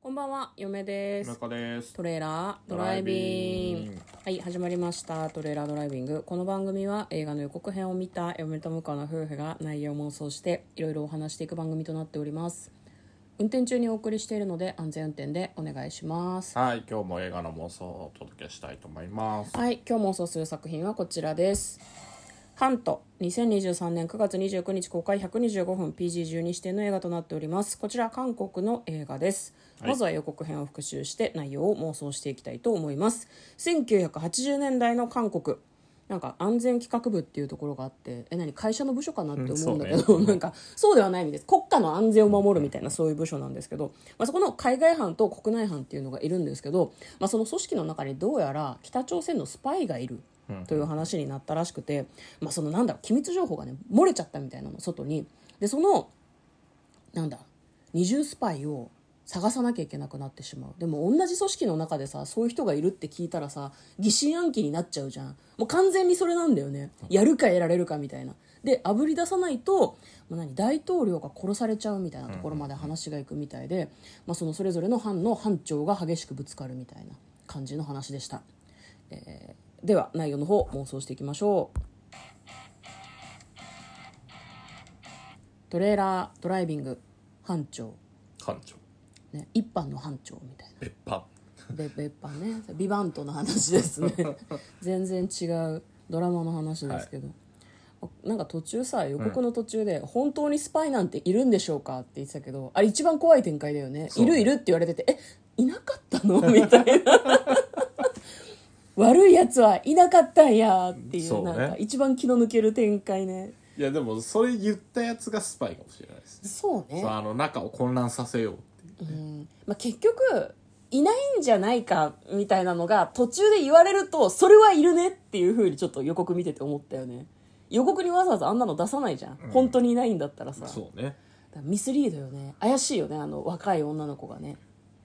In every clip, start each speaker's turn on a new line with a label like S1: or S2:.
S1: こんばんは、嫁です。
S2: 中です。
S1: トレーラードライビング
S2: ドライビング
S1: はい、始まりました。トレーラードライビング。この番組は映画の予告編を見た嫁と向こうの夫婦が内容妄想していろいろお話していく番組となっております。運転中にお送りしているので安全運転でお願いします。
S2: はい、今日も映画の妄想をお届けしたいと思います。
S1: はい、今日妄想する作品はこちらです。ハント2023年9月29日公開125分 PG12 指定の映画となっておりますこちら韓国の映画です、まずは予告編を復習して内容を妄想していきたいと思います1980年代の韓国なんか安全企画部っていうところがあってえ何会社の部署かなって思うんだけ
S2: うん
S1: ど、なんかそうではない意味です国家の安全を守るみたいなそういう部署なんですけど、まあ、そこの海外班と国内班っていうのがいるんですけど、まあ、その組織の中にどうやら北朝鮮のスパイがいるという話になったらしくて、まあ、そのなんだろう機密情報がね漏れちゃったみたいなの外にでそのなんだ二重スパイを探さなきゃいけなくなってしまうでも同じ組織の中でさそういう人がいるって聞いたらさ疑心暗鬼になっちゃうじゃんもう完全にそれなんだよねやるかやられるかみたいなであぶり出さないと、まあ、何大統領が殺されちゃうみたいなところまで話がいくみたいで、まあ、そのそれぞれの班の班長が激しくぶつかるみたいな感じの話でした、えーでは内容の方妄想していきましょうトレーラードライビング班長
S2: 館長、
S1: ね、一班の班長みたいな
S2: 別班。
S1: べ別班ねビバントの話です ね全然違うドラマの話ですけど、なんか途中さ予告の途中で、本当にスパイなんているんでしょうか?」って言ってたけどあれ一番怖い展開だよね「
S2: そう
S1: いるいる」って言われてて「えいなかった の?」みたいな悪いやつはいなかったんやっていう
S2: そうね
S1: なんか一番気の抜ける展開ね
S2: いや、でも、それ言ったやつがスパイかもしれないですね。
S1: そうね
S2: そう、あの、中を混乱させようっていう。
S1: まあ、結局いないんじゃないかみたいなのが途中で言われるとそれはいるねっていうふうにちょっと予告見てて思ったよね予告にわざわざあんなの出さないじゃん、本当にいないんだったらさだか
S2: そうね。
S1: らミスリードよね怪しいよねあの若い女の子がね、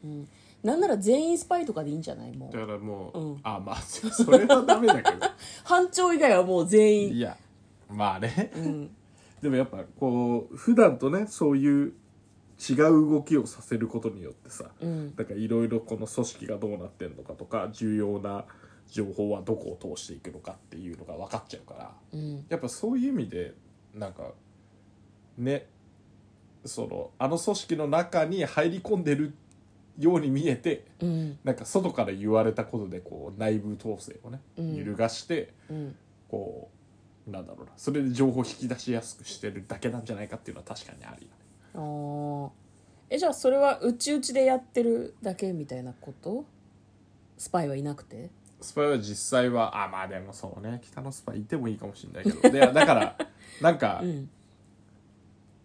S1: うん、なんなら全員スパイとかでいいんじゃないも
S2: だ
S1: う
S2: からもう、
S1: うん
S2: あ、まあ、それはダメだけど。
S1: 班長以外はもう全員
S2: いや、まあね。
S1: うん
S2: でもやっぱ、こう、普段とね、そういう違う動きをさせることによってさ、
S1: うん
S2: だからいろいろこの組織がどうなってんのかとか、重要な情報はどこを通していくのかっていうのが分かっちゃうから。
S1: うん
S2: やっぱそういう意味でなんかねそのあの組織の中に入り込んでるように見えて
S1: うん
S2: なんか外から言われたことでこう内部統制をね
S1: うん
S2: 揺るがして、
S1: うん
S2: こうなんだろうなそれで情報を引き出しやすくしてるだけなんじゃないかっていうのは確かにあり
S1: あーえじゃあそれはうちうちでやってるだけみたいなことスパイはいなくて
S2: スパイは実際はあまあでもそうね北のスパイいてもいいかもしれないけ どでだからなんか、
S1: うん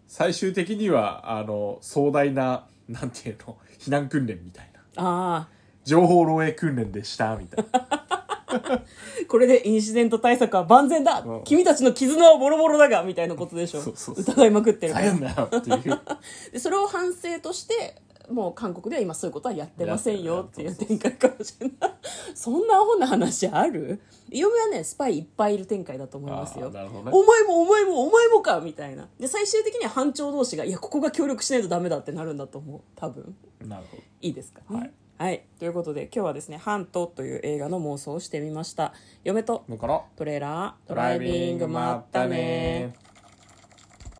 S2: 最終的にはあの壮大ななんていうの避難訓練みたいな
S1: ああ
S2: 情報漏洩訓練でしたみたい な
S1: これでインシデント対策は万全だ、
S2: うん
S1: 君たちの絆はボロボロだがみたいなことでしょ
S2: そうそうそう
S1: 疑いまくってる
S2: 大変だよっていう
S1: でそれを反省としてもう韓国では今そういうことはやってませんよってい
S2: や
S1: う
S2: って
S1: 展開かもしれ ないそんなアホな話ある嫁はねスパイいっぱいいる展開だと思いますよ
S2: あーなるほどね
S1: お前もお前もお前もかみたいなで最終的には班長同士がいやここが協力しないとダメだってなるんだと思う多分
S2: なるほど
S1: いいですか、ね
S2: はい
S1: はい、ということで今日はですね「ハント」という映画の妄想をしてみました嫁と
S2: だから
S1: トレーラードライビングまったね